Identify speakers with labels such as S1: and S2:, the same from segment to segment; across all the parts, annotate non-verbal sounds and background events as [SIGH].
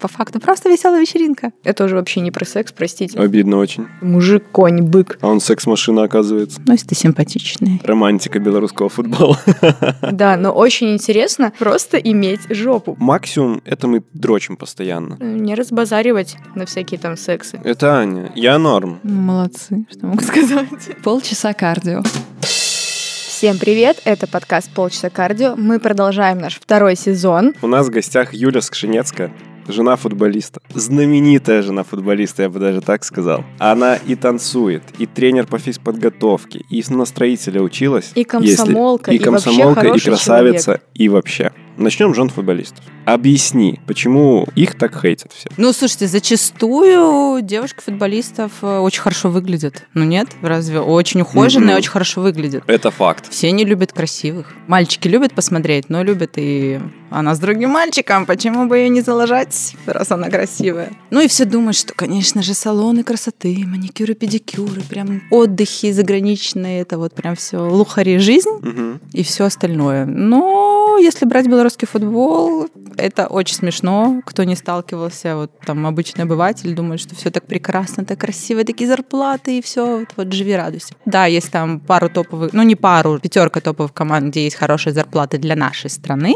S1: по факту просто веселая вечеринка.
S2: Это уже вообще не про секс, простите.
S3: Обидно очень.
S2: Мужик, конь, бык.
S3: А он секс-машина, оказывается.
S1: Ну, если ты симпатичная.
S3: Романтика белорусского футбола.
S2: [LAUGHS]
S3: [LAUGHS]
S2: Да, но очень интересно просто иметь жопу.
S3: Максимум это мы дрочим постоянно.
S2: Не разбазаривать на всякие там сексы.
S3: Это Аня. Я норм.
S1: Молодцы, что могу
S2: [LAUGHS]
S1: сказать. Полчаса кардио.
S2: Всем привет, это подкаст «Полчаса кардио». Мы продолжаем наш второй сезон.
S3: У нас в гостях Юля Скшинецкая. Жена футболиста. Знаменитая жена футболиста, я бы даже так сказал. Она и танцует, и тренер по физподготовке, и на строителя училась.
S2: И комсомолка,
S3: если... и,
S2: и
S3: комсомолка,
S2: вообще
S3: и
S2: хороший
S3: красавица, и вообще. Начнем с жен футболистов. Объясни, почему их так хейтят все?
S1: Ну, слушайте, зачастую девушки футболистов э, очень хорошо выглядят. Ну нет, разве? Очень ухоженные,
S3: Мгм.
S1: очень хорошо выглядят.
S3: Это факт.
S1: Все не любят красивых. Мальчики любят посмотреть, но любят и она с другим мальчиком. Почему бы ее не залажать, раз она красивая? Ну и все думают, что, конечно же, салоны красоты, маникюры, педикюры, прям отдыхи заграничные, это вот прям все лухари жизнь
S3: Мгм.
S1: и все остальное. Но если брать белорусский футбол, это очень смешно. Кто не сталкивался, вот там обычный обыватель думает, что все так прекрасно, так красиво, такие зарплаты и все, вот, вот живи радуйся. Да, есть там пару топовых, ну не пару, пятерка топовых команд, где есть хорошие зарплаты для нашей страны,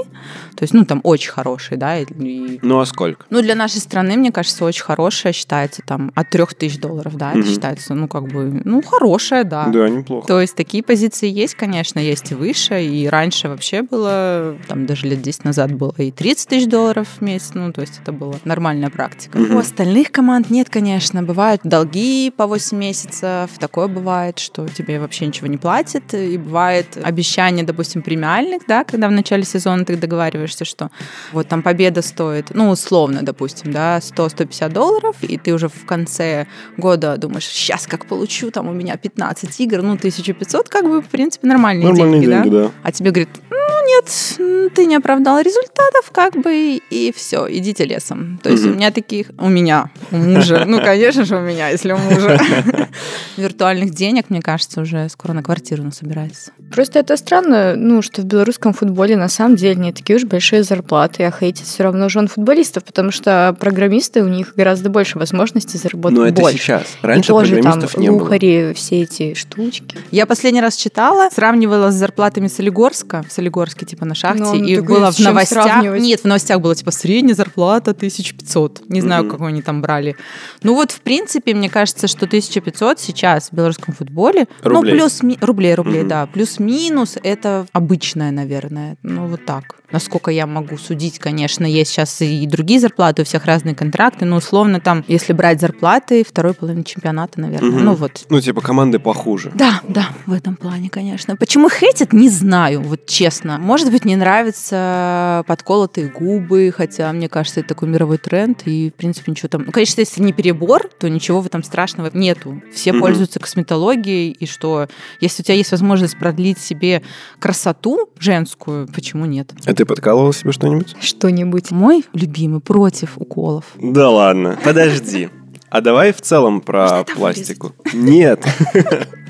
S1: то есть, ну там очень хорошие, да, и- и-
S3: Ну а сколько?
S1: ну, для нашей страны, мне кажется, очень хорошая считается там от трех тысяч долларов, да, это
S3: Мгм.
S1: считается, ну, как бы, ну, хорошая,
S2: А.
S1: да.
S3: Да, неплохо.
S1: То есть такие позиции есть, конечно, есть и выше, и раньше вообще было, там даже лет 10 назад было и 30 тысяч долларов в месяц, ну, то есть это была нормальная практика.
S3: Мгм.
S1: У остальных команд нет, конечно, бывают долги по 8 месяцев, такое бывает, что тебе вообще ничего не платят, и бывает обещание, допустим, премиальных, да, когда в начале сезона ты договариваешься, что вот там победа стоит, ну, условно, допустим, да, 100-150 долларов, и ты уже в конце года думаешь, сейчас как получу, там у меня 15 игр, ну, 1500, как бы, в принципе, нормальные,
S3: Нормальные
S1: деньги,
S3: деньги,
S1: да?
S3: да.
S1: А тебе говорит, ну, нет, м, ты не оправдал результатов, как бы, и все, идите лесом. То есть у
S3: Мгм.
S1: меня таких, у меня, у мужа, ну, конечно же, у меня, если у мужа,
S3: [LAUGHS]
S1: виртуальных денег, мне кажется, уже скоро на квартиру собирается.
S2: Просто это странно, ну, что в белорусском футболе на самом деле не такие уж большие зарплаты, а хейтят все равно жен футболистов, потому что программисты у них гораздо больше возможностей заработать
S3: Но это
S2: больше.
S3: сейчас.
S2: И
S3: Раньше
S2: тоже там
S3: программистов не было.
S2: лухари, все эти штучки.
S1: Я последний раз читала, сравнивала с зарплатами Солигорска, в Солигорске, типа на шахте,
S2: Ну, ну,
S1: и
S2: так и
S1: было
S2: с
S1: в
S2: чем
S1: новостях.
S2: сравнивать?
S1: Нет, в новостях было типа средняя зарплата 1500. Не знаю,
S3: Мгм.
S1: какую они там брали. Ну вот, в принципе, мне кажется, что 1500 сейчас в белорусском футболе.
S3: Рублей.
S1: Ну, плюс ми- рублей, рублей,
S3: Мгм.
S1: да. Плюс-минус это обычное, наверное. Ну, вот так. Насколько я могу судить, конечно, есть сейчас и другие зарплаты, у всех разные контракты, но условно там, если брать зарплаты, второй половины чемпионата, наверное.
S3: Мгм.
S1: Ну вот,
S3: Ну, типа, команды похуже.
S1: да, да, в этом плане, конечно. Почему хейтят, не знаю, вот честно. Может быть, не нравятся подколотые губы, хотя, мне кажется, это такой мировой тренд, и, в принципе, ничего там... Ну, конечно, если не перебор, то ничего в этом страшного нету. Все
S3: Мгм.
S1: пользуются косметологией, и что, если у тебя есть возможность продлить себе красоту женскую, почему нет?
S3: А ты подкалывал себе что-нибудь?
S2: Что-нибудь.
S1: Мой любимый против уколов.
S3: Да ладно, подожди. А давай в целом про пластику. Нет,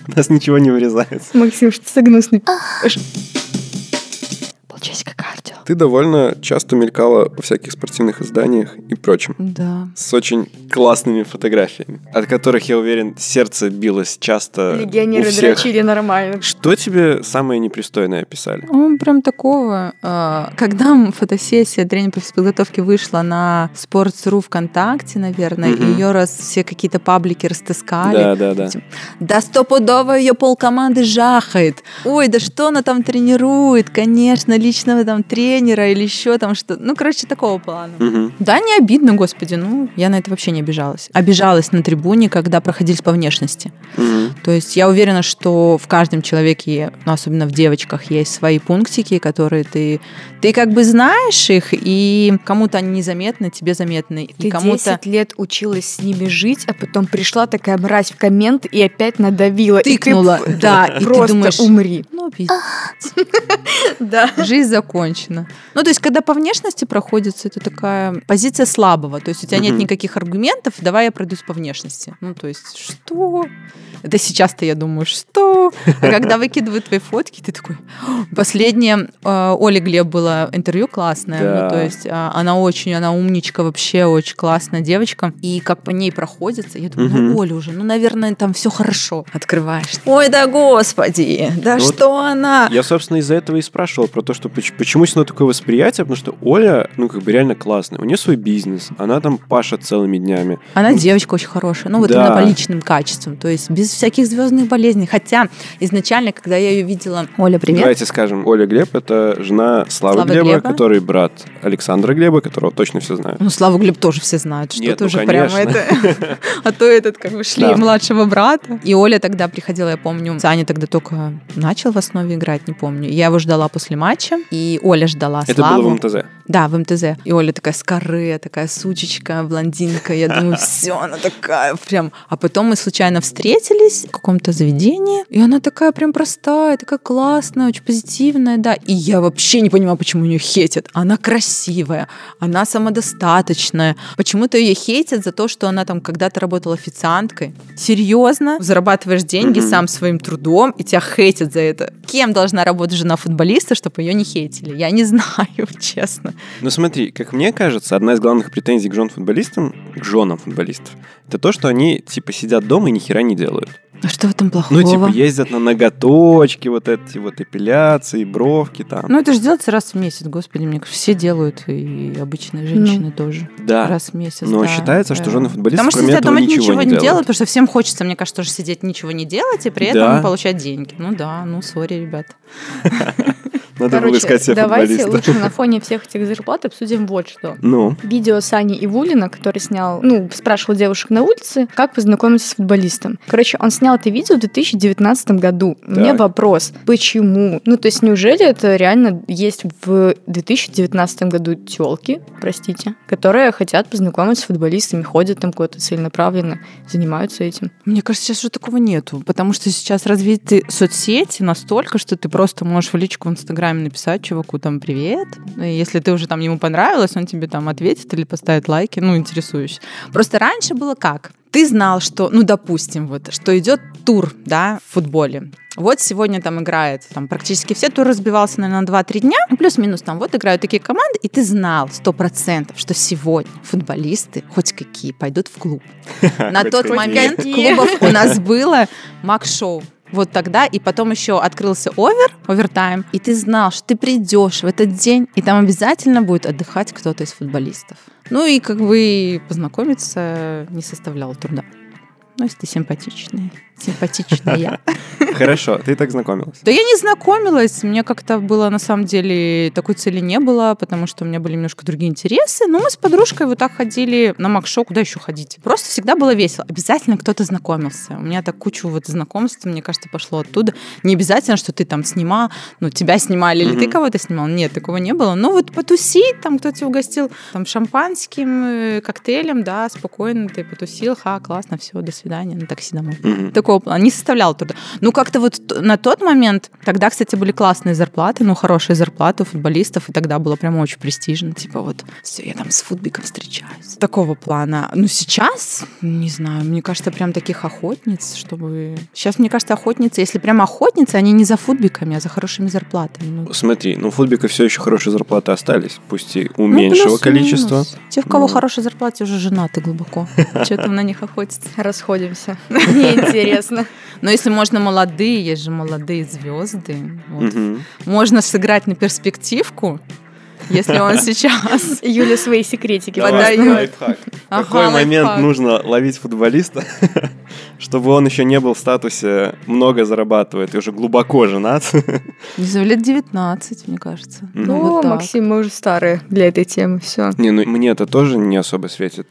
S3: у нас ничего не вырезается.
S2: Максим, что за гнусный
S1: Полчасика кардио.
S3: Ты довольно часто мелькала во всяких спортивных изданиях и прочем.
S1: Да.
S3: С очень классными фотографиями, от которых, я уверен, сердце билось часто у
S2: легионеры
S3: всех.
S2: дрочили нормально.
S3: Что тебе самое непристойное описали?
S1: Он прям такого. э, Когда м, фотосессия тренера по физподготовке вышла на Sports.ru ВКонтакте, наверное,
S3: Мгм.
S1: ее раз все какие-то паблики растаскали.
S3: Да, да, да.
S1: Да стопудово ее полкоманды жахает. Ой, да что она там тренирует? Конечно, личного там тренера или еще там что. Ну, короче, такого плана.
S3: Мгм.
S1: Да, не обидно, господи, ну, я на это вообще не обижалась. Обижалась на трибуне, когда проходились по внешности.
S3: Мгм.
S1: То есть я уверена, что в каждом человеке, ну, особенно в девочках, есть свои пунктики, которые ты, ты как бы знаешь их, и кому-то они незаметны, тебе заметны, и
S2: Ты
S1: кому-то
S2: 10 лет училась с ними жить, а потом пришла такая мразь в коммент и опять надавила.
S1: тыкнула,
S2: И ты
S1: да, и ты [LAUGHS]
S2: просто
S1: думаешь,
S2: умри.
S1: ну, пи***,
S2: Да.
S1: [LAUGHS] жизнь закончена. Ну, то есть, когда по внешности проходится, это такая позиция слабого. То есть, у тебя нет
S3: Мгм.
S1: никаких аргументов, давай я пройдусь по внешности. Ну, то есть, что? Это сейчас-то я думаю, что? А когда выкидывают твои фотки, ты такой... «О, Последнее э, Оле Глеб было интервью классное.
S3: Да.
S1: Ну, то есть, а, она очень, она умничка вообще, очень классная девочка. И как по ней проходится, я думаю,
S3: Мгм.
S1: ну, Оля уже, ну, наверное, там все хорошо. Открываешь. Ой, да господи, да
S3: Ну вот
S1: что она?
S3: Я, собственно, из-за этого и спрашивал про то, что поч- почему есть такое восприятие, потому что Оля, ну, как бы реально классная. У нее свой бизнес, она там пашет целыми днями.
S1: Она девочка очень хорошая. Ну, вот
S3: Да.
S1: именно по личным качествам. То есть без всяких звездных болезней. Хотя изначально, когда я ее видела... Оля,
S3: Давайте скажем, Оля Глеб — это жена Славы
S1: Славы
S3: Глеба,
S1: Глеба.
S3: который брат Александра Глеба, которого точно все знают.
S1: Ну, Славу Глеб тоже все знают, что
S3: Нет,
S1: ты
S3: ну,
S1: уже
S3: конечно.
S1: прямо
S3: [LAUGHS]
S1: это... А то этот, как бы, шли
S3: Да.
S1: младшего брата. И Оля тогда приходила, я помню, Саня тогда только начал в основе играть, не помню. Я его ждала после матча, и Оля ждала
S3: Это было в
S1: Славу.
S3: МТЗ.
S1: Да, в МТЗ. И Оля такая скорая, такая сучечка, блондинка. Я думаю, все, она такая прям. А потом мы случайно встретились в каком-то заведении, и она такая прям простая, такая классная, очень позитивная, да. И я вообще не понимаю, почему ее хейтят. Она красивая, она самодостаточная. Почему-то ее хейтят за то, что она там когда-то работала официанткой. Серьезно? Зарабатываешь деньги
S3: Мгм.
S1: сам своим трудом, и тебя хейтят за это. Кем должна работать жена футболиста, чтобы ее не хейтили? Я не [LAUGHS] знаю, честно.
S3: Ну смотри, как мне кажется, одна из главных претензий к жен-футболистам, к женам футболистов, это то, что они типа сидят дома и ни хера не делают.
S1: А что в этом
S3: Ну
S1: плохого?
S3: типа ездят на ноготочки, вот эти вот эпиляции, бровки там.
S1: Ну, это же делается раз в месяц, господи, мне кажется, все делают, и обычные женщины тоже.
S3: да.
S1: Раз в месяц,
S3: А, Но
S1: да,
S3: считается, что
S1: да.
S3: жены футболистов
S1: Потому что
S3: кроме
S1: если
S3: этого
S1: дома
S3: ничего, не делают.
S1: потому что всем хочется, мне кажется, тоже сидеть ничего не делать и при
S3: Да.
S1: этом получать деньги. Ну да, ну сори, ребят.
S3: Надо было
S2: Короче,
S3: искать себе
S2: давайте
S3: футболиста.
S2: лучше на фоне всех этих зарплат обсудим вот что.
S3: Ну,
S2: Видео Сани Ивулина, который снял, ну, спрашивал девушек на улице, как познакомиться с футболистом. Короче, он снял это видео в 2019 году. У меня
S3: Так.
S2: вопрос, почему? Ну, то есть, неужели это реально есть в 2019 году телки, простите, которые хотят познакомиться с футболистами, ходят там куда-то целенаправленно, занимаются этим?
S1: Мне кажется, сейчас уже такого нету, потому что сейчас развиты соцсети настолько, что ты просто можешь в личку в Инстаграме написать чуваку там «Привет». И если ты уже там ему понравилось, он тебе там ответит или поставит лайки, ну, интересуюсь. Просто раньше было как? Ты знал, что, ну, допустим, вот, что идет тур, да, в футболе. Вот сегодня там играет, там практически все тур разбивался, наверное, на 2-3 дня. Ну, Плюс-минус там вот играют такие команды, и ты знал 100%, что сегодня футболисты хоть какие пойдут в клуб.
S3: [LAUGHS]
S1: На
S3: Хоть
S1: тот
S3: какие.
S1: момент клубов у нас было мак-шоу. Вот тогда, и потом еще открылся овер, овертайм, и ты знал, что ты придешь в этот день, и там обязательно будет отдыхать кто-то из футболистов. Ну и как бы познакомиться не составляло труда. Ну, если ты симпатичный, симпатичная я.
S3: хорошо, ты и так знакомилась.
S1: Да я не знакомилась, мне как-то было, на самом деле, такой цели не было, потому что у меня были немножко другие интересы, но мы с подружкой вот так ходили на макшоу, куда еще ходить? Просто всегда было весело, обязательно кто-то знакомился, у меня так кучу вот знакомств, мне кажется, пошло оттуда, не обязательно, что ты там снимал, ну, тебя снимали, или ты
S3: Мгм.
S1: кого-то снимал, нет, такого не было, но вот потусить, там кто тебя угостил, там шампанским, э, коктейлем, да, спокойно ты потусил, ха, классно, все, до свидания, на такси домой
S3: Мгм.
S1: такого плана, не составлял труда. Ну, как-то вот т- на тот момент, тогда, кстати, были классные зарплаты, ну, хорошие зарплаты у футболистов, и тогда было прямо очень престижно, типа вот, все, я там с футбиком встречаюсь. Такого плана. Ну, сейчас, не знаю, мне кажется, прям таких охотниц, чтобы... Сейчас, мне кажется, охотницы, если прям охотницы, они не за футбиками, а за хорошими зарплатами. Ну,
S3: Смотри, ну у футбика все еще хорошие зарплаты остались, пусть и у меньшего
S1: ну, плюс-минус.
S3: количества.
S1: Те, в кого
S3: Ну.
S1: хорошая зарплата, уже женаты глубоко. Че там на них охотиться?
S2: [LAUGHS] Расходимся. Мне интересно.
S1: Но если можно молодые, есть же молодые звезды. Вот,
S3: Мгм.
S1: можно сыграть на перспективку, если он
S3: [LAUGHS]
S1: сейчас.
S2: Юля свои секретики
S1: Давай.
S2: подает.
S3: лайфхак. В
S1: Ага,
S3: какой момент
S1: лайфхак.
S3: нужно ловить футболиста, [LAUGHS] чтобы он еще не был в статусе много зарабатывает и уже глубоко женат? [LAUGHS]
S1: Не знаю, лет 19, мне кажется.
S3: Мгм.
S2: Ну,
S1: вот так.
S2: Максим, мы уже старые для этой темы, все.
S3: Не, ну мне это тоже не особо светит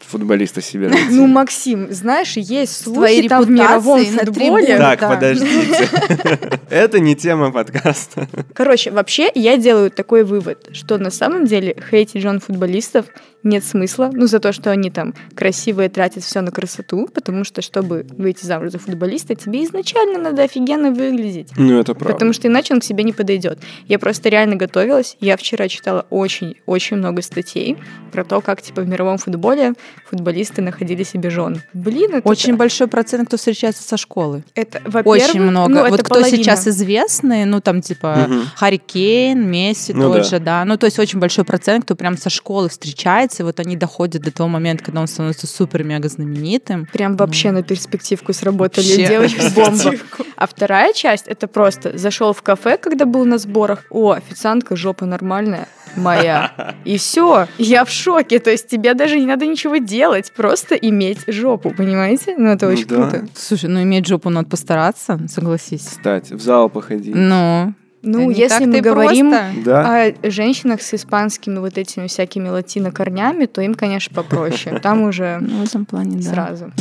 S1: [LAUGHS]
S3: футболиста себе. найти.
S2: Ну, Максим, знаешь, есть слухи
S1: твоей
S2: там в мировом
S1: репутацией на
S2: футболе.
S1: трибунах.
S3: Так,
S1: да. [LAUGHS]
S3: подождите. [LAUGHS] Это не тема подкаста.
S2: Короче, вообще я делаю такой вывод, что на самом деле хейтить жен футболистов нет смысла, ну, за то, что они там там красивые тратят все на красоту, потому что, чтобы выйти замуж за футболиста, тебе изначально надо офигенно выглядеть.
S3: Ну, это правда.
S2: Потому что иначе он к себе не подойдет. Я просто реально готовилась. Я вчера читала очень-очень много статей про то, как типа в мировом футболе футболисты находили себе жен. Блин, это
S1: Очень большой процент, кто встречается со школы.
S2: это, во-первых,
S1: Очень много.
S2: ну, это
S1: вот кто
S2: половина.
S1: сейчас известный, ну там типа
S3: Мгм.
S1: Харри Кейн, Месси
S3: Ну
S1: тот
S3: да.
S1: же, да. Ну, то есть очень большой процент, кто прям со школы встречается, и вот они доходят до того момента, когда он становится супер-мега знаменитым.
S2: Прям вообще на перспективку сработали
S1: Вообще.
S2: девочку бомбу. А вторая часть это просто зашел в кафе, когда был на сборах. О, официантка, жопа нормальная. Моя. И все. Я в шоке. То есть тебе даже не надо ничего делать, просто иметь жопу, понимаете? Ну это
S3: Ну
S2: очень
S3: да.
S2: круто.
S1: Слушай, ну иметь жопу надо постараться, согласись.
S3: Кстати, в зал походи.
S1: Ну,
S2: Ну,
S1: не
S2: если
S1: так-то
S2: мы
S1: и
S2: говорим
S1: просто.
S3: Да?
S2: о женщинах с испанскими вот этими всякими латино-корнями, то им, конечно, попроще. Там уже
S1: Ну, в этом плане, да.
S2: сразу.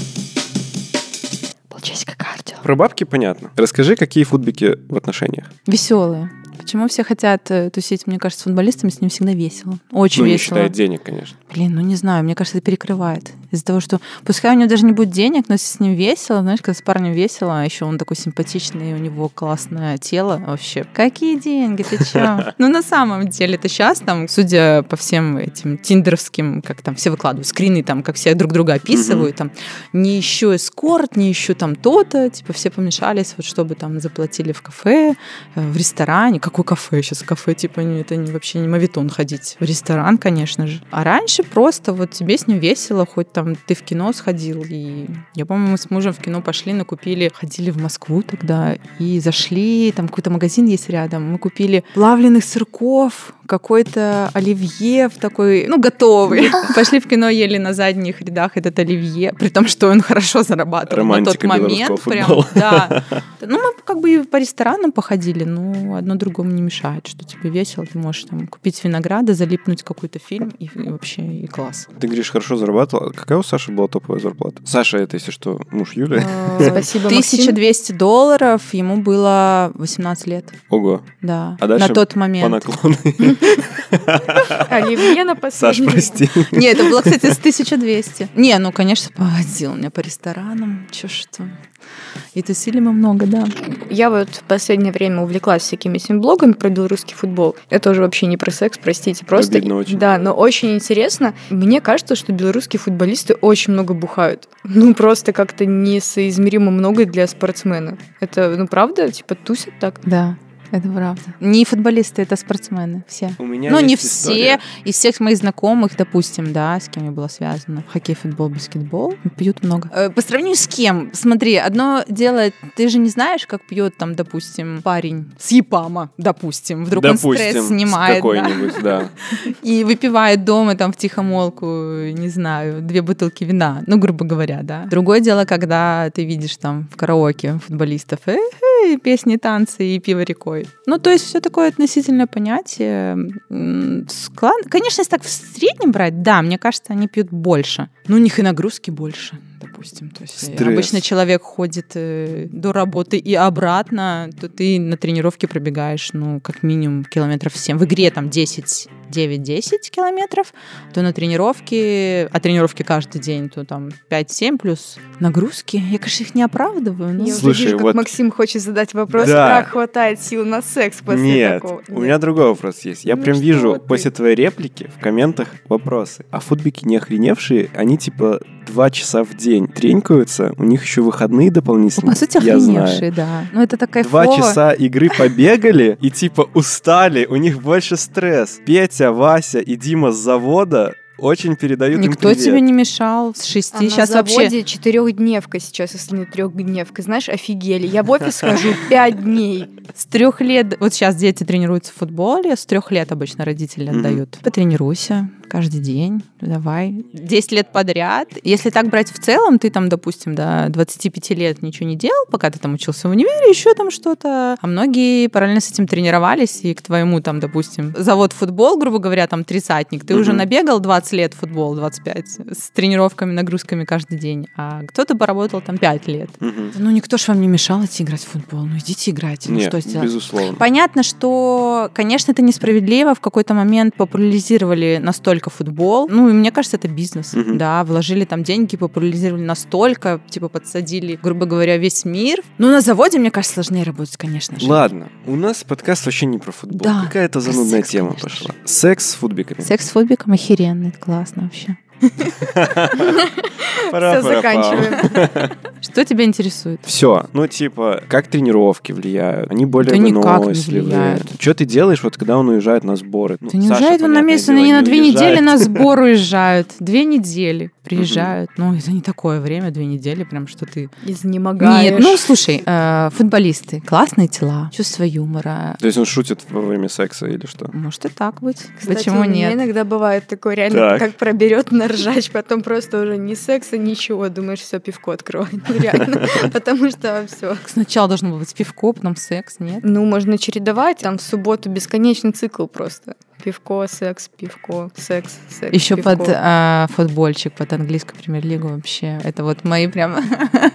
S1: Полчасика кардио.
S3: Про бабки понятно. Расскажи, какие футбики в отношениях. Ну,
S1: Веселые. Почему все хотят э, тусить, мне кажется, с футболистами, с ним всегда весело. Очень
S3: ну, не
S1: весело.
S3: считая денег, конечно.
S1: Блин, ну не знаю, мне кажется, это перекрывает. Из-за того, что пускай у него даже не будет денег, но если с ним весело, знаешь, когда с парнем весело, а еще он такой симпатичный, у него классное тело вообще. Какие деньги, ты че? Ну на самом деле, это сейчас там, судя по всем этим тиндеровским, как там все выкладывают, скрины там, как все друг друга описывают, там, не еще эскорт, не еще там то-то, типа все помешались, вот чтобы там заплатили в кафе, э, в ресторане. Какое кафе сейчас? Кафе, типа, не- это не, вообще не мавитон ходить. В ресторан, конечно же. А раньше просто вот тебе с ним весело, хоть там ты в кино сходил. И я помню, мы с мужем в кино пошли, накупили, ходили в Москву тогда и зашли, там какой-то магазин есть рядом, мы купили плавленых сырков, какой-то оливье в такой, ну,
S3: [LAUGHS]
S1: готовый. Пошли в кино, ели на задних рядах этот оливье, при том, что он хорошо зарабатывал
S3: Романтика
S1: на тот момент.
S3: белорусского
S1: Прям,
S3: футбола.
S1: да. Ну, мы как бы и по ресторанам походили, но одно другому не мешает, что тебе весело, ты можешь там купить винограда, залипнуть в какой-то фильм и, и вообще и класс.
S3: Ты говоришь, хорошо зарабатывал. А Какая у Саши была топовая зарплата? Саша, это, если что, муж
S1: Э,
S3: Юли.
S2: Спасибо, Максим.
S1: 1200 долларов, ему было 18 лет,
S3: Ого,
S1: да,
S3: А
S1: на
S3: дальше
S1: тот
S3: по
S1: момент.
S3: наклону. [LAUGHS]
S2: Оливье на
S3: Саш,
S2: последний.
S3: прости.
S1: Не, это было, кстати,
S3: [LAUGHS]
S1: с 1200. Не, ну, конечно, поводил меня по ресторанам, чё что. И тусили мы много, да.
S2: Я вот в последнее время увлеклась всякими этими блогами про белорусский футбол. Это уже вообще не про секс, простите, просто...
S3: Обидно очень.
S2: Да, но очень интересно. Мне кажется, что белорусские футболисты очень много бухают. Ну, просто как-то несоизмеримо много для спортсмена. Это, ну, правда? Типа, тусят так?
S1: Да, это правда. Не футболисты, это спортсмены все.
S3: У меня
S1: Ну,
S3: есть
S1: не все.
S3: история.
S1: Из всех моих знакомых, допустим, да, с кем я была связана, хоккей, футбол, баскетбол, пьют много. Э, По сравнению с кем? Смотри, одно дело, ты же не знаешь, как пьет там, допустим, парень с Япама, допустим, вдруг он
S3: Допустим,
S1: стресс
S3: с
S1: снимает, да,
S3: какой-нибудь, да.
S1: и выпивает дома там в тихомолку, не знаю, две бутылки вина, ну, грубо говоря, да. Другое дело, когда ты видишь там в караоке футболистов, э, и песни, танцы и пиво рекой. Ну, то есть все такое относительное понятие. М, склад- Конечно, если так в среднем брать, да, мне кажется, они пьют больше. Ну, у них и нагрузки больше, допустим. То есть э,
S3: Стресс.
S1: обычно человек ходит э, до работы и обратно, то ты на тренировке пробегаешь, ну, как минимум километров 7. В игре там 10 9-10 километров, то на тренировке, а тренировки каждый день, то там 5-7 плюс нагрузки. Я, конечно, их не оправдываю. но-
S2: Я
S3: Слушай,
S2: уже вижу, как
S3: вот-
S2: Максим хочет задать вопрос,
S3: Да.
S2: как хватает сил на секс после
S3: Нет,
S2: такого.
S3: у меня другой вопрос есть. Я
S2: Ну
S3: прям
S2: что
S3: вижу
S2: ты?
S3: после твоей реплики в комментах вопросы. А футбики не охреневшие, они типа два часа в день тренькаются, у них еще выходные дополнительные.
S1: По сути,
S3: Ну, я знаю.
S1: охреневшие, А да. Ну, это такая
S3: Два часа игры побегали и типа устали, у них больше стресс. Петя, Вася и Дима с завода очень передают
S1: Никто
S3: им привет.
S1: тебе не мешал с шести. Сейчас вообще...
S2: А четырехдневка сейчас, если не трехдневка. Знаешь, офигели. Я в
S3: [LAUGHS]
S2: офис хожу пять дней.
S1: С трех лет, вот сейчас дети тренируются в футболе, с трех лет обычно родители
S3: Мгм.
S1: отдают. Потренируйся каждый день, давай. Десять лет подряд. Если так брать в целом, ты там, допустим, до 25 лет ничего не делал, пока ты там учился в универе, еще там что-то. А многие параллельно с этим тренировались, и к твоему там, допустим, завод футбол, грубо говоря, там тридцатник, ты уже
S3: Мгм.
S1: набегал 20 лет футбол, 25, с тренировками, нагрузками каждый день, а кто-то поработал там 5 лет.
S3: Мгм.
S1: Ну, никто ж вам не мешал идти играть в футбол. Ну, идите играйте. Ну,
S3: Нет,
S1: что сделать?
S3: безусловно.
S1: Понятно, что, конечно, это несправедливо. В какой-то момент популяризировали только футбол. Ну, и мне кажется, это бизнес.
S3: Мгм.
S1: Да, вложили там деньги, популяризировали настолько, типа подсадили, грубо говоря, весь мир. Ну, на заводе, мне кажется, сложнее работать, конечно же.
S3: Ладно, у нас подкаст вообще не про футбол.
S1: Да,
S3: Какая-то
S1: про
S3: занудная
S1: секс,
S3: тема
S1: конечно
S3: пошла. Секс с футбиками.
S1: Секс с фобиком охеренный, классно вообще.
S2: Все, заканчиваем.
S1: Что тебя интересует?
S3: Все. Ну, типа, как тренировки влияют? Они более
S1: Да никак не
S3: выносливые.
S1: влияют.
S3: Что ты делаешь, вот когда он уезжает на сборы? Ну,
S1: Да не
S3: Саша,
S1: уезжают он на
S3: понятное
S1: месяц,
S3: дело,
S1: они
S3: не
S1: на две
S3: уезжает.
S1: недели на
S3: [LAUGHS]
S1: сбор уезжают. Две недели приезжают. Ну, это не такое время, две недели, прям что ты...
S2: Изнемогаешь.
S1: Нет, ну, слушай, э, футболисты, классные тела, чувство юмора.
S3: То есть он шутит во время секса или что?
S1: Может и так быть.
S2: Кстати,
S1: Почему
S2: у меня
S1: нет?
S2: иногда бывает такое, реально,
S3: Так.
S2: как проберет на ржач, потом просто уже ни секса, ничего, думаешь, все, пивко открывает, Ну, реально,
S3: [LAUGHS]
S2: потому что все.
S1: Сначала должно было быть пивко, потом секс, нет?
S2: Ну, можно чередовать, там в субботу бесконечный цикл просто. Пивко, секс, пивко, секс, секс,
S1: Еще
S2: пивко.
S1: под а, футбольчик, под английскую премьер-лигу вообще. Это вот мои прям [LAUGHS]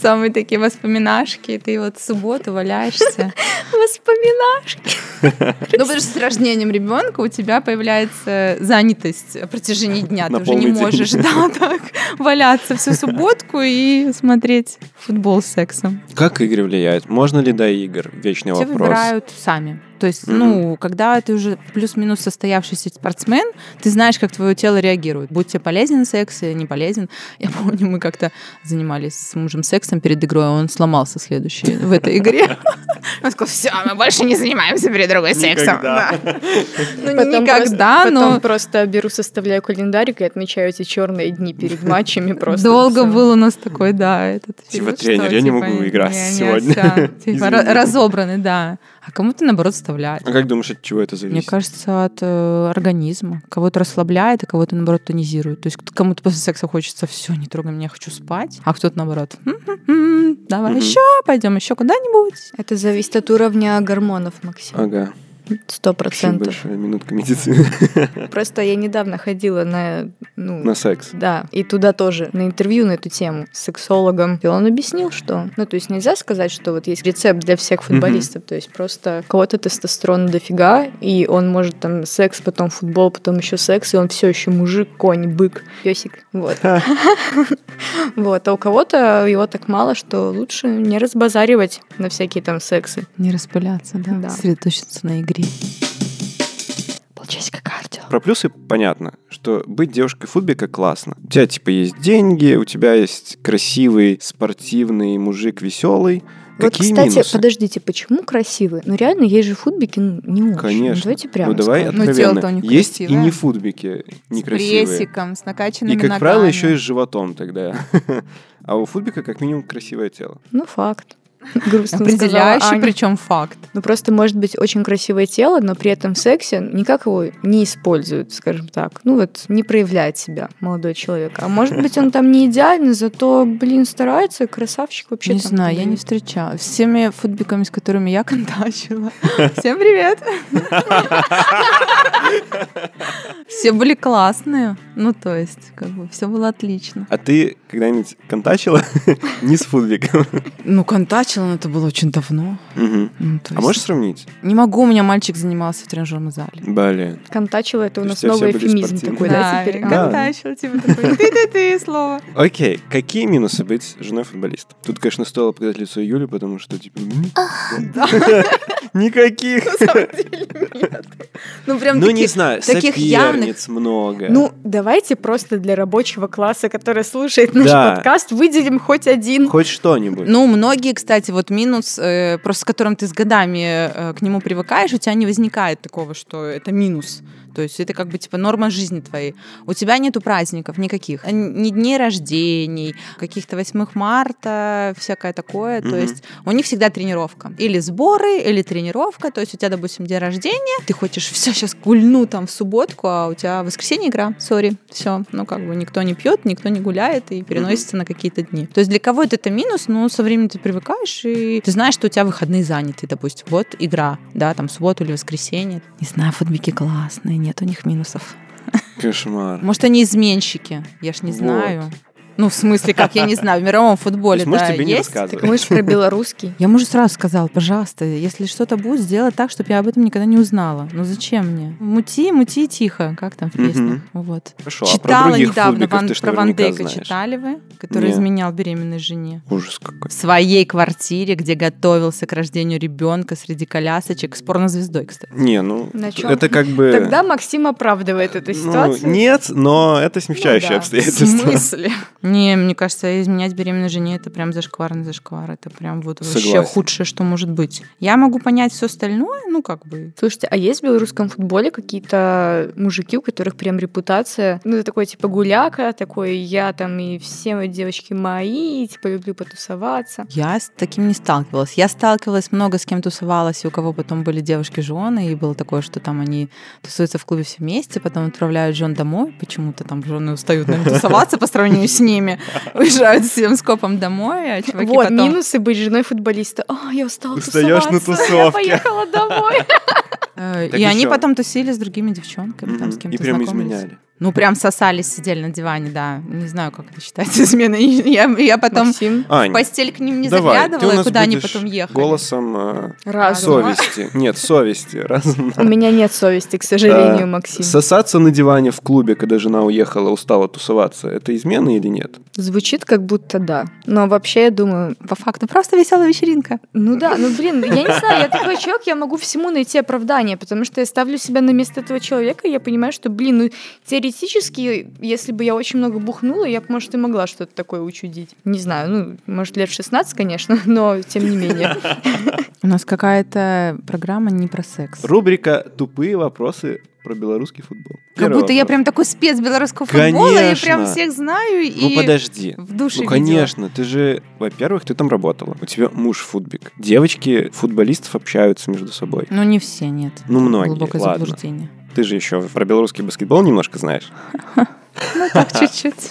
S1: самые такие воспоминашки. Ты вот в субботу валяешься.
S2: Воспоминания.
S1: Ну, потому что с рождением ребенка у тебя появляется занятость в протяжении дня.
S3: На
S1: Ты уже не
S3: полный день.
S1: можешь да, так валяться всю субботку и смотреть футбол с сексом.
S3: Как игры влияют? Можно ли до игр? Вечный
S1: Все
S3: вопрос.
S1: выбирают сами. То есть,
S3: Мгм.
S1: ну, когда ты уже плюс-минус состоявшийся спортсмен, ты знаешь, как твое тело реагирует. Будь тебе полезен секс или не полезен. [LAUGHS] Я помню, мы как-то занимались с мужем сексом перед игрой, а он сломался следующий в этой игре. [LAUGHS] Он сказал, все, мы больше не занимаемся перед другой сексом. [LAUGHS] Да. Ну,
S2: Потом
S1: никогда,
S2: просто,
S1: но...
S2: Потом просто беру, составляю календарик и отмечаю эти черные дни перед матчами просто.
S1: Долго
S2: всё.
S1: был у нас такой, да, этот
S3: Типа,
S1: период,
S3: «Тренер,
S1: что,
S3: я не
S1: типа,
S3: могу играть
S1: не, не,
S3: сегодня».
S1: всё,
S3: [LAUGHS]
S1: типа, ра-
S3: Извините.
S1: разобранный, да. А кому-то, наоборот, вставляет.
S3: А как думаешь, от чего это
S1: Мне
S3: зависит?
S1: кажется, от э, организма. Кого-то расслабляет, а кого-то, наоборот, тонизирует. То есть к- кому-то после секса хочется все, не трогай меня, я хочу спать. А кто-то, наоборот, «М-м-м, давай
S3: Мгм.
S1: еще, пойдем еще куда-нибудь.
S2: Это зависит от уровня гормонов, Максим.
S3: Ага.
S2: Сто
S3: Вообще
S2: процентов.
S3: большая минутка медицины [LAUGHS]
S2: Просто я недавно ходила на... Ну,
S3: на секс.
S2: Да, и туда тоже, на интервью на эту тему с сексологом. И он объяснил, что... Ну, то есть нельзя сказать, что вот есть рецепт для всех футболистов. То есть просто у кого-то тестостерона дофига, и он может там секс, потом футбол, потом еще секс, и он все еще мужик, конь, бык, песик. Вот. [LAUGHS] Вот. А у кого-то его так мало, что лучше не разбазаривать на всякие там сексы.
S1: Не распыляться, да.
S2: Да.
S1: Сосредоточиться на игре. Полчасика кардио.
S3: Про плюсы понятно, что быть девушкой футбика классно. У тебя типа есть деньги, у тебя есть красивый, спортивный мужик, веселый.
S2: Вот,
S3: Какие
S2: кстати,
S3: минусы?
S2: подождите, почему красивые? Ну, реально, есть же футбики ну, не очень. Ну,
S3: Конечно.
S2: Давайте прямо
S3: ну давай
S2: скажем.
S1: Ну,
S3: откровенно.
S1: тело-то у них
S3: есть и
S1: красивое.
S3: не футбики некрасивые.
S1: С прессиком, с накачанными
S3: и, как
S1: ногами.
S3: правило, еще и с животом [LAUGHS] тогда. А у футбика как минимум красивое тело.
S2: Ну, факт. [LAUGHS] Грустно сказала
S1: Определяющий,
S2: Аня.
S1: причем факт.
S2: Ну, просто может быть очень красивое тело, но при этом в сексе никак его не используют, скажем так. Ну, вот не проявляет себя молодой человек. А может быть, он там не идеальный, зато, блин, старается, красавчик вообще
S1: не
S2: там
S1: знаю, я не
S2: блин.
S1: встречала. Всеми футбиками, с которыми я [LAUGHS] контачила. Всем привет! Все были классные. Ну, то есть, как бы, все было отлично.
S3: А ты когда-нибудь контачила [LAUGHS] не с футбиком?
S1: Ну, контачила, но это было очень давно.
S3: Мгм.
S1: Ну, то
S3: А
S1: есть-
S3: можешь сравнить?
S1: Не могу, у меня мальчик занимался в тренажерном зале.
S3: Блин.
S2: Контачила, это у
S3: То
S2: нас
S3: есть у тебя все были
S2: новый эфемизм
S3: спортивные?
S2: такой, да, теперь? А.
S3: Да.
S1: контачила, типа такой, ты-ты-ты, слово.
S3: Окей, какие минусы быть женой футболиста? Тут, конечно, стоило показать лицо Юли, потому что, типа, м,
S1: А,
S3: [LAUGHS] никаких.
S1: Ну, прям
S3: Ну, не
S1: таки...
S3: знаю,
S1: таких явных-
S3: соперниц много.
S2: Ну, давайте просто для рабочего класса, который слушает наш
S3: Да.
S2: подкаст, выделим хоть один.
S3: Хоть что-нибудь.
S1: Ну, многие, кстати, вот минус, э, просто с которым ты с годами э, к нему привыкаешь, у тебя не возникает такого, что это минус. То есть это как бы типа норма жизни твоей. У тебя нету праздников никаких. Э, Ни дней рождений, каких-то 8 марта, всякое такое.
S3: Мгм.
S1: То есть у них всегда тренировка. Или сборы, или тренировка. То есть у тебя, допустим, день рождения, ты хочешь все сейчас гульну там в субботку, а у тебя в воскресенье игра, сори, все. Ну, как бы никто не пьет, никто не гуляет и переносится на какие-то дни. То есть для кого-то это минус, но со временем ты привыкаешь, и ты знаешь, что у тебя выходные заняты, допустим. Вот игра, да, там субботу или воскресенье. Не знаю, футбики классные, нет у них минусов.
S3: Кошмар.
S1: Может, они изменщики, я ж не
S3: Вот.
S1: знаю. Ну, в смысле, как, я не знаю, в мировом футболе,
S3: То
S1: да,
S3: есть можешь тебе не
S1: есть?
S3: рассказывать?
S2: Так мы же про белорусский.
S1: Я мужу сразу сказала, пожалуйста, если что-то будет, сделай так, чтобы я об этом никогда не узнала. Ну зачем мне? Мути, мути тихо, как там в песнях. Вот.
S3: Хорошо, а про
S1: Читала
S3: других
S1: недавно
S3: футбиков
S1: Ван-
S3: ты ж
S1: про Ван
S3: наверняка
S1: Дейка,
S3: знаешь.
S1: читали вы, который
S3: Не.
S1: изменял беременной жене.
S3: Ужас какой.
S1: В своей квартире, где готовился к рождению ребенка среди колясочек с порнозвездой, кстати.
S3: Не, ну,
S2: На чём?
S3: это как бы...
S2: Тогда Максим оправдывает эту
S3: Ну,
S2: ситуацию.
S3: нет, но это
S2: Ну
S3: смягчающее
S2: да. В
S3: [LAUGHS] обстоятельство.
S2: смысле?
S1: Не, мне кажется, изменять беременной жене это прям зашкварный зашквар. Это прям вот вообще
S3: Согласен.
S1: худшее, что может быть. Я могу понять все остальное, ну как бы.
S2: Слушайте, а есть в белорусском футболе какие-то мужики, у которых прям репутация, ну, такой типа гуляка, такой я там и все мои девочки мои, и, типа люблю потусоваться.
S1: Я с таким не сталкивалась. Я сталкивалась много с кем тусовалась, и у кого потом были девушки жены, и было такое, что там они тусуются в клубе все вместе, потом отправляют жен домой, почему-то там жены устают наверное, тусоваться по сравнению с
S2: [LAUGHS]
S1: ними, уезжают всем скопом домой, а чуваки
S2: вот,
S1: потом...
S2: минусы быть женой футболиста. А, я устала
S3: Устаёшь на
S2: тусоваться, я
S3: тусовке.
S2: поехала домой.
S1: Э,
S3: Так
S1: И они
S3: ещё.
S1: потом тусили с другими девчонками, там с
S3: Мгм.
S1: кем-то
S3: И прям
S1: знакомились.
S3: изменяли.
S1: Ну, прям сосались, сидели на диване, да. Не знаю, как это считается [LAUGHS] изменой. Я, я потом
S2: Максим,
S1: в
S3: Ань,
S1: постель к ним не
S3: давай, ты у
S1: заглядывала, и
S3: нас
S1: куда они
S3: будешь
S1: потом ехали.
S3: голосом э,
S2: разума.
S3: совести. Нет, совести, разума.
S2: У меня нет совести, к сожалению,
S3: А,
S2: Максим.
S3: Сосаться на диване в клубе, когда жена уехала, устала тусоваться, это измена или нет?
S2: Звучит как будто да. Но вообще, я думаю,
S1: По факту, просто веселая вечеринка.
S2: ну да, ну блин, я не знаю, я такой человек, я могу всему найти оправдание, потому что я ставлю себя на место этого человека, и я понимаю, что, блин, ну теоретически, если бы я очень много бухнула, я бы, может, и могла что-то такое учудить. Не знаю, ну, может, лет в 16, конечно, [LAUGHS] но тем не менее.
S1: У нас какая-то программа не про секс.
S3: Рубрика «Тупые вопросы про белорусский футбол».
S1: Как
S3: Первый
S1: будто я
S3: вопрос.
S1: прям такой спец белорусского футбола, я прям
S3: Конечно.
S1: всех знаю
S3: Ну
S1: и
S3: подожди.
S1: в душе
S3: Ну,
S1: видела.
S3: конечно, ты же, во-первых, ты там работала. У тебя муж футбик. Девочки футболистов общаются между собой.
S1: Ну, не все, нет.
S3: Ну, многие,
S1: Глубокое
S3: ладно.
S1: заблуждение.
S3: Ты же еще про белорусский баскетбол немножко знаешь.
S1: Ну, так,
S3: [LAUGHS]
S1: чуть-чуть.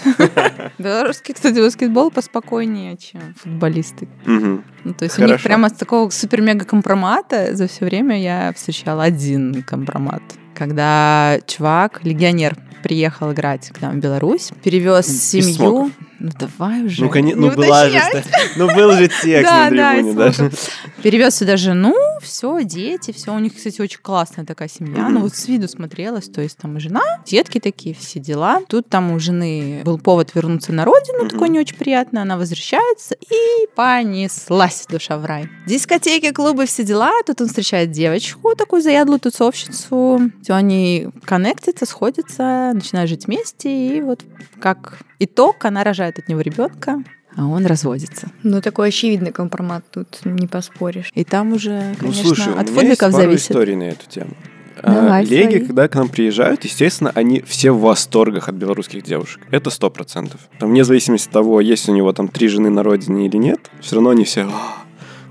S1: Белорусский, кстати, баскетбол поспокойнее, чем футболисты.
S3: Мгм.
S1: Ну, то есть у них
S3: Хорошо.
S1: прямо с такого супер-мега компромата за все время я встречала один компромат. Когда чувак, легионер, приехал играть к нам в Беларусь, перевез
S3: Из
S1: семью.
S3: смоков.
S1: Ну давай уже.
S3: Ну, коне-
S1: не
S3: ну, была же,
S1: уточняй.
S3: ну был же текст
S1: Да,
S3: на
S1: да, из
S3: трибуне даже.
S1: Перевез сюда жену, все, дети, все. У них, кстати, очень классная такая семья.
S3: Мгм.
S1: Ну, вот с виду смотрелась. То есть там и жена, детки такие, все дела. Тут там у жены был повод вернуться на родину,
S3: Мгм.
S1: такой не очень приятный. Она возвращается и понеслась душа в рай. Дискотеки, клубы, все дела. Тут он встречает девочку, такую заядлую тусовщицу. Все, они коннектятся, сходятся, начинают жить вместе. И вот как итог, она рожает от него ребенка, а он разводится.
S2: Ну, такой очевидный компромат, тут не поспоришь.
S1: И там уже,
S3: Ну,
S1: конечно,
S3: слушай,
S1: от
S3: у меня есть
S1: футбиков
S3: пару
S1: зависит.
S3: историй на эту тему.
S2: Давай,
S3: А, Леги,
S2: свои.
S3: когда к нам приезжают, естественно, они все в восторгах от белорусских девушек. Это сто процентов. Там, вне зависимости от того, есть у него там три жены на родине или нет, все равно они все... «А,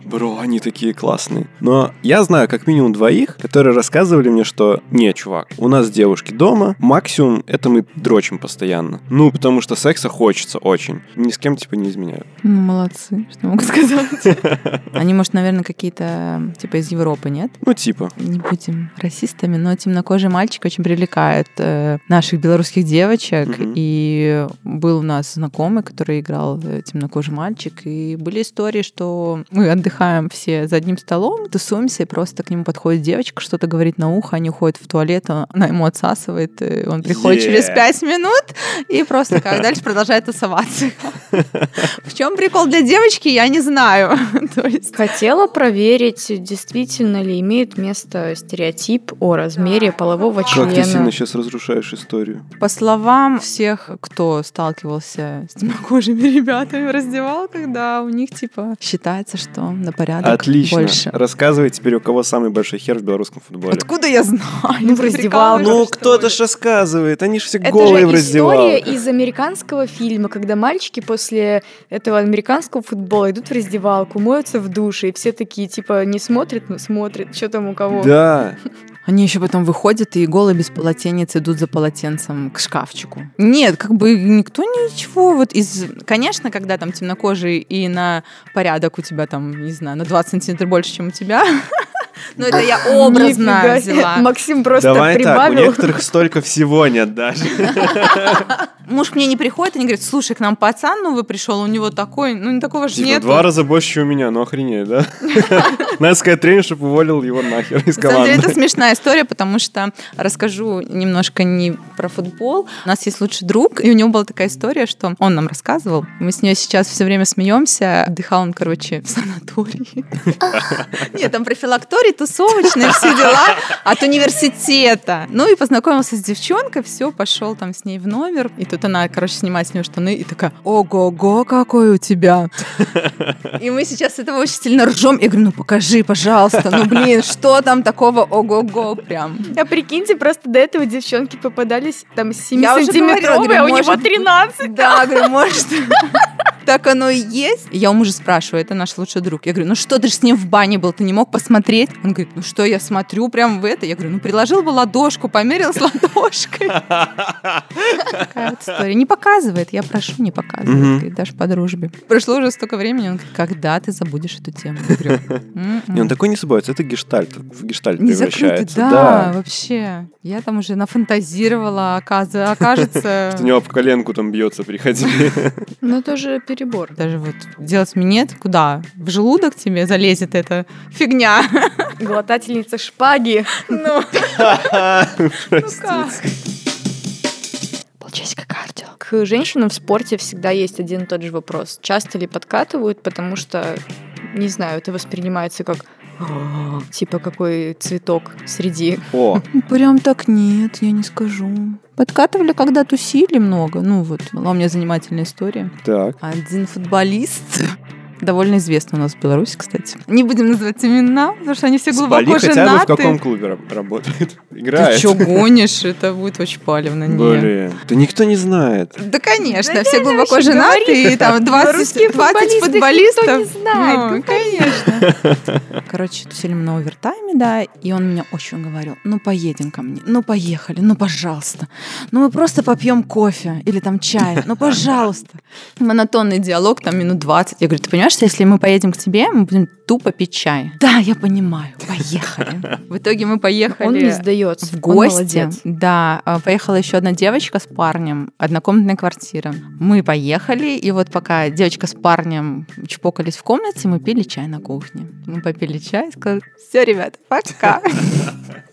S3: Бро, они такие классные. Но я знаю как минимум двоих, которые рассказывали мне, что не, чувак, у нас девушки дома, максимум это мы дрочим постоянно. Ну, потому что секса хочется очень. Ни с кем типа не изменяю.
S1: Ну, молодцы, что могу [LAUGHS] сказать. Они, может, наверное, какие-то, типа, из Европы, нет?
S3: Ну, типа.
S1: Не будем расистами, но темнокожий мальчик очень привлекает э, наших белорусских девочек.
S3: Мгм.
S1: И был у нас знакомый, который играл э, темнокожий мальчик. И были истории, что мы отдыхаем все за одним столом, тусуемся, и просто к нему подходит девочка, что-то говорит на ухо, они уходят в туалет, он- она ему отсасывает, и он приходит
S3: Е.
S1: через пять минут и просто как дальше продолжает
S3: [LAUGHS]
S1: тусоваться. В чем прикол для девочки, я не знаю. [LAUGHS] То есть
S2: Хотела проверить, действительно ли имеет место стереотип о размере полового
S3: Как ты сильно
S2: члена.
S3: сейчас разрушаешь историю.
S1: По словам всех, кто сталкивался с темнокожими [LAUGHS] ребятами в раздевалках, да, у них типа считается, что на порядок
S3: Отлично.
S1: А больше.
S3: Рассказывай теперь, у кого самый большой хер в белорусском футболе.
S1: Откуда я знаю?
S2: Ну,
S1: [LAUGHS]
S2: в
S1: Ты
S2: раздевалках.
S1: прикалываешься,
S3: Ну,
S1: что
S3: кто-то
S1: ли?
S3: ж рассказывает, они же все
S2: Это
S3: голые
S2: же
S3: в
S2: история
S3: раздевалках.
S2: из американского фильма, когда мальчики после этого американского футбола идут в раздевалку, моются в душе, и все такие, типа, не смотрят, но смотрят, что там у кого.
S3: Да,
S1: Они еще потом выходят и голые без полотенец идут за полотенцем к шкафчику. Нет, как бы никто ничего. Вот из, конечно, когда там темнокожий и на порядок у тебя [LAUGHS] там, не знаю, на 20 сантиметров больше, чем у тебя, Ну, это я образно
S2: Нифига себе.
S1: взяла.
S2: Максим просто
S3: Давай так, у
S2: прибавил.
S3: некоторых столько всего нет даже.
S1: Муж мне не приходит, они говорят, слушай, к нам пацан новый пришел, у него такой, ну, не такого же
S3: Типа,
S1: нет.
S3: два раза больше, чем у меня, ну охренеть, да? Надо сказать тренер, чтобы уволил его нахер из
S1: На самом деле, это
S3: команды.
S1: смешная история, потому что расскажу немножко не про футбол. У нас есть лучший друг, и у него была такая история, что он нам рассказывал. Мы с нее сейчас все время смеемся. Отдыхал он, короче, в санатории. Нет, там профилакторий, тусовочные, все дела от университета. Ну и познакомился с девчонкой, все, пошел там с ней в номер. И тут она, короче, снимает с нее штаны и такая, ого-го, какой у тебя. И мы сейчас с этого очень сильно ржем. Я говорю, ну покажи, пожалуйста. Ну блин, что там такого ого-го прям.
S2: А прикиньте, просто до этого девчонки попадались там 7
S1: Я уже говорила, говорю,
S2: сантиметровые, а у него
S1: может быть.
S2: 13.
S1: Да, говорю, может... [LAUGHS] Так оно и есть. И я у мужа спрашиваю, это наш лучший друг. Я говорю, ну что ты же с ним в бане был, ты не мог посмотреть? Он говорит, ну что, я смотрю прям в это. Я говорю, ну приложил бы ладошку, померил с ладошкой. Такая вот история. Не показывает, я прошу, не показывает.
S3: Мгм.
S1: Говорит, даже по дружбе. Прошло уже столько времени, он говорит, когда ты забудешь эту тему? Я
S3: [LAUGHS]
S1: говорю, «М-м».
S3: Не, он такой не собирается, это гештальт, в гештальт
S1: Не закрыто,
S3: превращается.
S1: да, вообще. Я там уже нафантазировала, оказ- окажется...
S3: [LAUGHS] Что у него об коленку там бьется, приходи.
S2: Ну, это же перебор.
S1: Даже вот делать минет, куда? В желудок тебе залезет эта фигня. [LAUGHS]
S2: Глотательница шпаги.
S1: Ну, как?
S2: Полчасика кардио. К женщинам в спорте всегда есть один и тот же вопрос. Часто ли подкатывают, потому что, не знаю, это воспринимается как «А, типа какой цветок среди
S3: О,
S1: Прям так нет, я не скажу. Подкатывали, когда тусили много. Ну вот, была у меня занимательная история.
S3: так.
S1: Один футболист, [LAUGHS] довольно известный у нас в Беларуси, кстати. Не будем называть имена, потому что они все
S3: Спали
S1: глубоко
S3: хотя бы в каком
S1: женаты.
S3: клубе раб- работает.
S1: Ты
S3: Играет.
S1: что гонишь? Это будет очень палевно. не.
S3: Блин, да никто не знает.
S1: Да, конечно,
S2: Да
S1: все
S2: реально
S1: глубоко
S2: вообще
S1: женаты, и там 20,
S2: Белорусских
S1: 20
S2: футболистов никто не
S1: футболистов.
S2: знает.
S1: Ну, конечно. Короче, тусили мы на овертайме, да, и он меня очень говорил, ну, поедем ко мне, ну, поехали, ну, пожалуйста. Ну, мы просто попьем кофе или там чай, ну, пожалуйста. Монотонный диалог, там, минут 20. Я говорю, ты понимаешь, что если мы поедем к тебе, мы будем тупо пить чай? Да, я понимаю, поехали. В итоге мы поехали
S2: Он не сдается.
S1: в гости. Да, а, поехала еще одна девочка с парнем, однокомнатная квартира. Мы поехали, и вот пока девочка с парнем чпокались в комнате, мы пили чай на кухне. Мы попили чай, сказали, все, ребята, пока.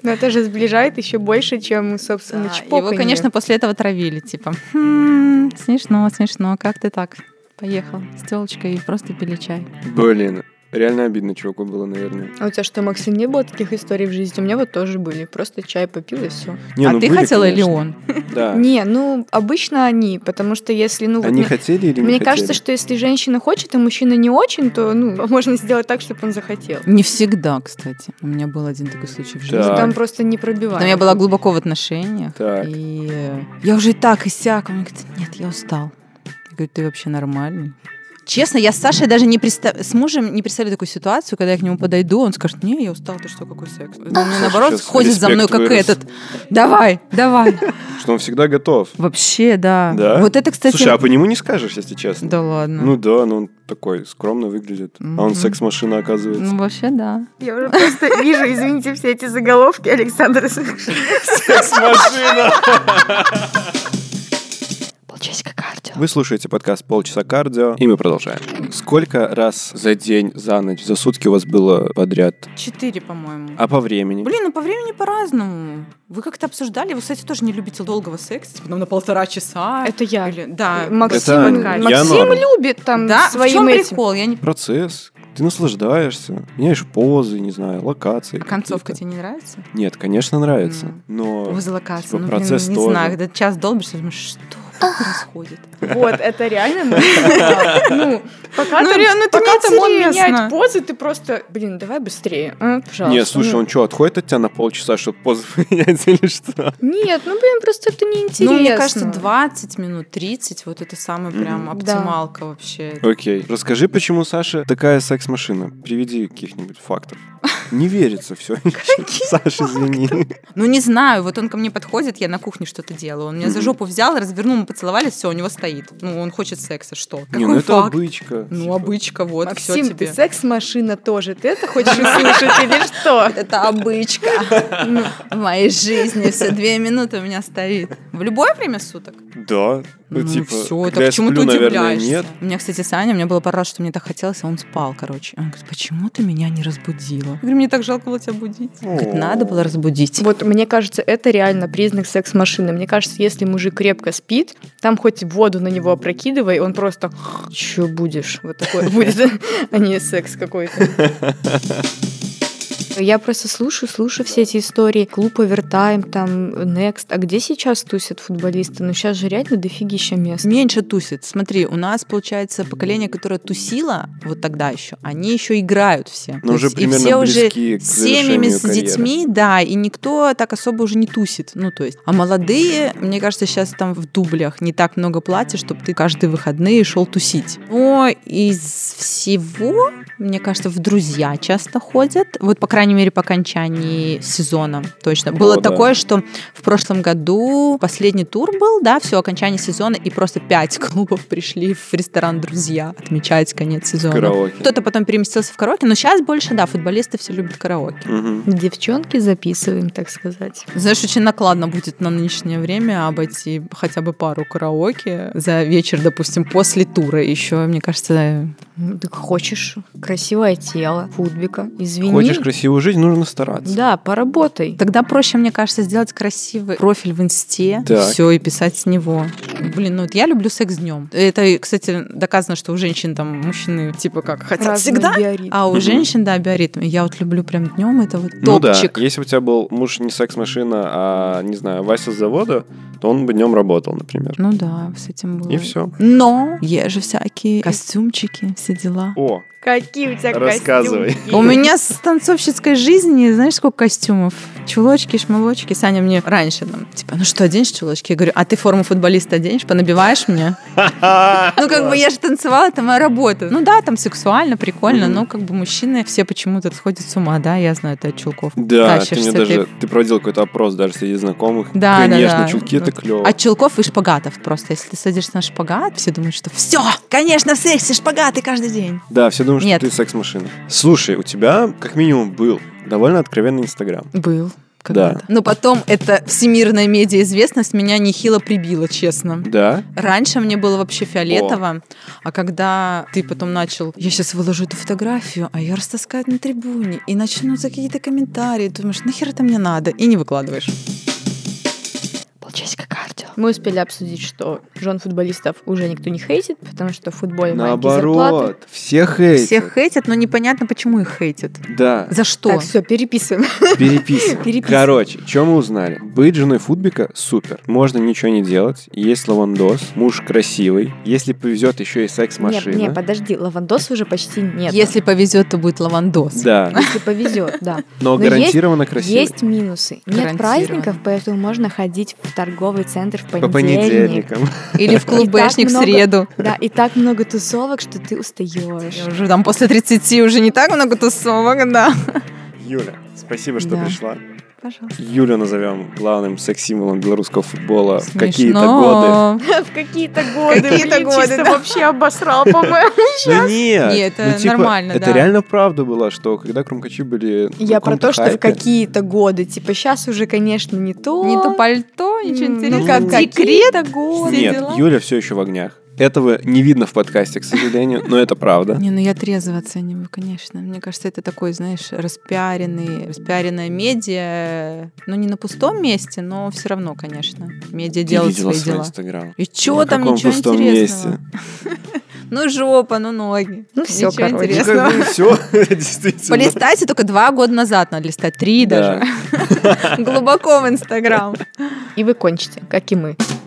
S2: Но это же сближает еще больше,
S1: [LAUGHS]
S2: чем, собственно,
S1: Да,
S2: чпоканье.
S1: Его, конечно, после этого травили, типа, «Хм, смешно, смешно, как ты так? Поехал с телочкой и просто пили чай.
S3: Блин, реально обидно чуваку было, наверное.
S2: А у тебя что, Максим, не было таких историй в жизни? У меня вот тоже были. Просто чай попил и все.
S3: Не,
S1: а
S3: ну
S1: ты
S3: были,
S1: хотела или
S3: конечно.
S1: он?
S3: Да.
S2: Не, ну, обычно они, потому что если, ну, вот
S3: Они
S2: мне-
S3: хотели или не
S2: Мне
S3: хотели?
S2: кажется, что если женщина хочет, а мужчина не очень, то ну, [LAUGHS] можно сделать так, чтобы он захотел.
S1: Не всегда, кстати. У меня был один такой случай в жизни.
S3: Так.
S2: Там просто не пробивает.
S1: Но я была глубоко в отношениях.
S3: Так.
S1: И э, я уже и так, и сяк. Он мне говорит, нет, я устал. Я говорю, ты вообще нормальный? Честно, я с Сашей даже не представляю, с мужем не представляю такую ситуацию, когда я к нему подойду, он скажет, не, я устал, ты что, какой секс? Он мне наоборот
S3: сейчас
S1: ходит за
S3: респект
S1: мной, как
S3: вырос.
S1: этот. Давай, давай.
S3: Что он всегда готов.
S1: Вообще, да.
S3: Да?
S1: Вот это, кстати...
S3: Слушай, а по нему не скажешь, если честно.
S1: Да ладно.
S3: Ну да, но он такой скромно выглядит. А он
S1: Мгм.
S3: секс-машина, оказывается.
S1: Ну, вообще, да.
S2: Я уже просто вижу, извините, все эти заголовки Александра
S3: Секс-машина!
S2: Полчасика кардио.
S3: Вы слушаете подкаст «Полчаса кардио», и мы продолжаем. Сколько раз за день, за ночь, за сутки у вас было подряд?
S1: Четыре, по-моему.
S3: А по времени?
S1: Блин, ну по времени по-разному. Вы как-то обсуждали, вы, кстати, тоже не любите долгого секса, типа, ну, на полтора часа.
S2: Это я. А,
S1: Или- да,
S3: Это
S2: Максим,
S1: я
S2: Максим
S3: норм.
S2: любит там
S1: да, в
S2: своим
S1: чем
S2: этим.
S1: прикол? Я не...
S3: Процесс. Ты наслаждаешься, меняешь позы, не знаю, локации.
S1: А концовка
S3: какие-то.
S1: тебе не нравится?
S3: Нет, конечно, нравится,
S1: М.
S3: но...
S1: Узел локации.
S3: Типа
S1: ну, блин,
S3: процесс
S1: ну, не
S3: тоже.
S1: знаю, когда час долбишься, думаешь, что происходит?
S2: Вот, это
S3: [LAUGHS]
S2: реально. мой- Ну, пока
S1: Ну,
S2: там-
S1: реально, это
S2: пока там он
S1: неинтересно.
S2: меняет позы, ты просто, блин, давай быстрее, а, пожалуйста.
S3: Не, слушай,
S2: Ну,
S3: он что, отходит от тебя на полчаса, чтобы позы [LAUGHS] поменять или что?
S2: Нет, ну, блин, просто это неинтересно.
S1: Ну, мне кажется, 20 минут, 30, вот это самая прям
S3: Мгм.
S1: оптималка вообще.
S3: Окей. Расскажи, почему Саша такая секс-машина. Приведи каких-нибудь
S1: [LAUGHS]
S3: фактов. Не верится все. Саша, извини.
S1: Ну, не знаю, вот он ко мне подходит, я на кухне что-то делаю, он меня за
S3: Мгм.
S1: жопу взял, развернул, мы поцеловались, все, у него стоит. Ну, он хочет секса, что? Какой
S3: Не, ну это
S1: факт?
S3: обычка.
S1: Ну,
S3: Типа,
S1: обычка, вот, все
S2: Максим,
S1: тебе.
S2: ты секс-машина тоже. Ты это хочешь услышать или что?
S1: [LAUGHS] Это обычка. Ну, В моей жизни все две минуты у меня стоит. В любое время суток?
S3: Да. Ну, типа,
S1: все,
S3: когда я
S1: это почему
S3: сплю,
S1: ты
S3: наверное,
S1: удивляешься?
S3: нет.
S1: У меня, кстати, Саня, мне было пару раз, что мне так хотелось, а он спал, короче. Он говорит, почему ты меня не разбудила? Я говорю, мне так жалко было тебя будить. Говорит, надо было разбудить.
S2: Вот, мне кажется, это реально признак секс-машины. Мне кажется, если мужик крепко спит, там хоть воду на него опрокидывай, он просто «Чё будешь?» Вот [LAUGHS] такое будет, а не секс какой-то. Я просто слушаю, слушаю все эти истории. Клуб Овертайм, там, Next. А где сейчас тусят футболисты? Ну, сейчас же реально дофигища мест.
S1: Меньше тусит. Смотри, у нас, получается, поколение, которое тусило вот тогда еще, они еще играют все.
S3: Но
S1: То
S3: Ну, уже
S1: есть и
S3: примерно
S1: все уже
S3: близки к
S1: с семьями,
S3: завершению
S1: с
S3: карьеры.
S1: детьми, да, и никто так особо уже не тусит. Ну, то есть, а молодые, мне кажется, сейчас там в дублях не так много платья, чтобы ты каждые выходные шел тусить. Но из всего, мне кажется, в друзья часто ходят. Вот, по крайней мере, по окончании сезона точно. Было
S3: да.
S1: такое, что в прошлом году последний тур был, да, все, окончание сезона, и просто пять [LAUGHS] клубов пришли в ресторан «Друзья» отмечать конец сезона.
S3: Караоке.
S1: Кто-то потом переместился в караоке, но сейчас больше, да, футболисты все любят караоке.
S3: Мгм.
S2: Девчонки записываем, так сказать.
S1: Знаешь, очень накладно будет на нынешнее время обойти хотя бы пару караоке за вечер, допустим, после тура. Еще, мне кажется,
S2: Ну, Так хочешь красивое тело, футбика, извини.
S3: Хочешь красивую жизнь, нужно стараться.
S2: Да, поработай.
S1: тогда проще, мне кажется, сделать красивый профиль в инсте,
S3: Так.
S1: все и писать с него. Блин, ну вот я люблю секс днем. Это, кстати, доказано, что у женщин там мужчины типа как хотят
S2: Разные
S1: всегда.
S2: биоритмы.
S1: А у
S3: Мгм.
S1: женщин, да, биоритм. И Я вот люблю прям днем, это вот
S3: Ну да,
S1: топчик.
S3: если бы у тебя был муж не секс-машина, а, не знаю, Вася с завода, то он бы днем работал, например.
S1: Ну да, с этим было.
S3: И все.
S1: Но есть же всякие костюмчики, все дела.
S3: О,
S2: Какие у тебя
S3: Рассказывай.
S2: костюмки?
S1: У меня с танцовщицкой жизни, знаешь, сколько костюмов? Чулочки, шмолочки. Саня мне раньше там, типа, ну что, оденешь чулочки? Я говорю, а ты форму футболиста оденешь, понабиваешь
S3: [LAUGHS]
S1: мне? Ну, как бы я же танцевала, это моя работа. Ну да, там сексуально, прикольно,
S3: Мгм.
S1: но как бы мужчины все почему-то сходят с ума, да, я знаю это от чулков.
S3: Да, ты
S1: Тащишься
S3: мне
S1: ты.
S3: даже... Ты проводил какой-то опрос даже среди знакомых.
S1: Да, да,
S3: Конечно,
S1: да. А
S3: чулки это клево.
S1: От чулков и шпагатов просто. Если ты садишься на шпагат, все думают, что все, конечно, в сексе шпагаты каждый день.
S3: Да, все думают, что
S1: Нет.
S3: ты секс-машина. Слушай, у тебя, как минимум, был довольно откровенный Инстаграм.
S1: Был.
S3: когда-то.
S1: Но потом эта всемирная медиаизвестность меня нехило прибила, честно.
S3: Да?
S1: Раньше мне было вообще фиолетово, а когда ты потом начал, я сейчас выложу эту фотографию, а ее растаскают на трибуне, и начнутся какие-то комментарии, думаешь, нахер это мне надо, и не выкладываешь. Получается, как кардио.
S2: Мы успели обсудить, что жен футболистов уже никто не хейтит, потому что в футболе маленькие зарплаты.
S3: Наоборот, все хейтят.
S1: Всех хейтят, но непонятно, почему их хейтят.
S3: Да,
S1: За что?
S2: Так, все,
S3: [LAUGHS]
S2: переписываем.
S3: переписываем.
S2: Переписываем.
S3: Короче, что мы узнали? Быть женой Футбика – супер. Можно ничего не делать. Есть лавандос, муж красивый. Если повезет, еще и
S2: Нет,
S3: секс-машина.
S2: нет, подожди, лавандос уже почти нет.
S1: Если повезет, то будет лавандос.
S3: Да,
S2: Если повезет, да.
S3: но
S2: есть-
S3: гарантированно красивый.
S2: Есть минусы. Нет
S1: Гарантированно.
S2: праздников, поэтому можно ходить в торговый центр в
S3: По
S2: понедельник.
S3: понедельникам.
S1: Или [LAUGHS] в клуб
S2: И так
S1: Бэшник в
S2: много-
S1: среду.
S2: Да, и так много тусовок, что ты устаешь.
S1: Я уже там после 30 уже не так много тусовок, да.
S3: Юля, спасибо, что
S1: Да.
S3: пришла.
S1: Пожалуйста.
S3: Юлю назовем главным секс-символом белорусского футбола в какие-то годы.
S2: [LAUGHS] В какие-то годы.
S1: Какие-то
S2: блин,
S1: годы,
S2: чисто
S1: да.
S2: вообще обосрал, по-моему.
S3: Да нет, Ну,
S1: Не,
S3: типа,
S2: Ну,
S1: это
S2: типа,
S1: нормально,
S3: Это
S1: да.
S3: реально правда было, что когда крумкачи были... в
S2: Я про
S3: каком-то
S2: то, что в
S3: хайпе,
S2: какие-то годы. Типа сейчас уже, конечно, не то.
S1: Не то пальто, ничего
S2: М, ну,
S1: интересного.
S3: как-
S1: Декрет. все
S3: Нет,
S1: дела.
S3: Юля все еще в огнях. Этого не видно в подкасте, к сожалению, но это правда.
S1: Не, ну я трезво оцениваю, конечно. Мне кажется, это такой, знаешь, распиаренный, распиаренная медиа. Ну, не на пустом месте, но все равно, конечно. Медиа
S3: Ты
S1: делает
S3: видела
S1: свои
S3: свой
S1: дела.
S3: Инстаграм?
S1: И чё
S3: На
S1: там,
S3: каком
S1: ничего
S3: пустом
S1: интересного.
S3: месте?
S1: [LAUGHS] Ну, жопа, ну, ноги.
S2: Ну, всё,
S1: Ничего
S2: короче.
S3: Ну,
S1: интересного.
S3: как бы все, [LAUGHS] действительно.
S1: Полистайте только два года назад, надо листать три
S3: Да.
S1: [LAUGHS] даже. Глубоко в Инстаграм.
S2: И вы кончите, как и мы.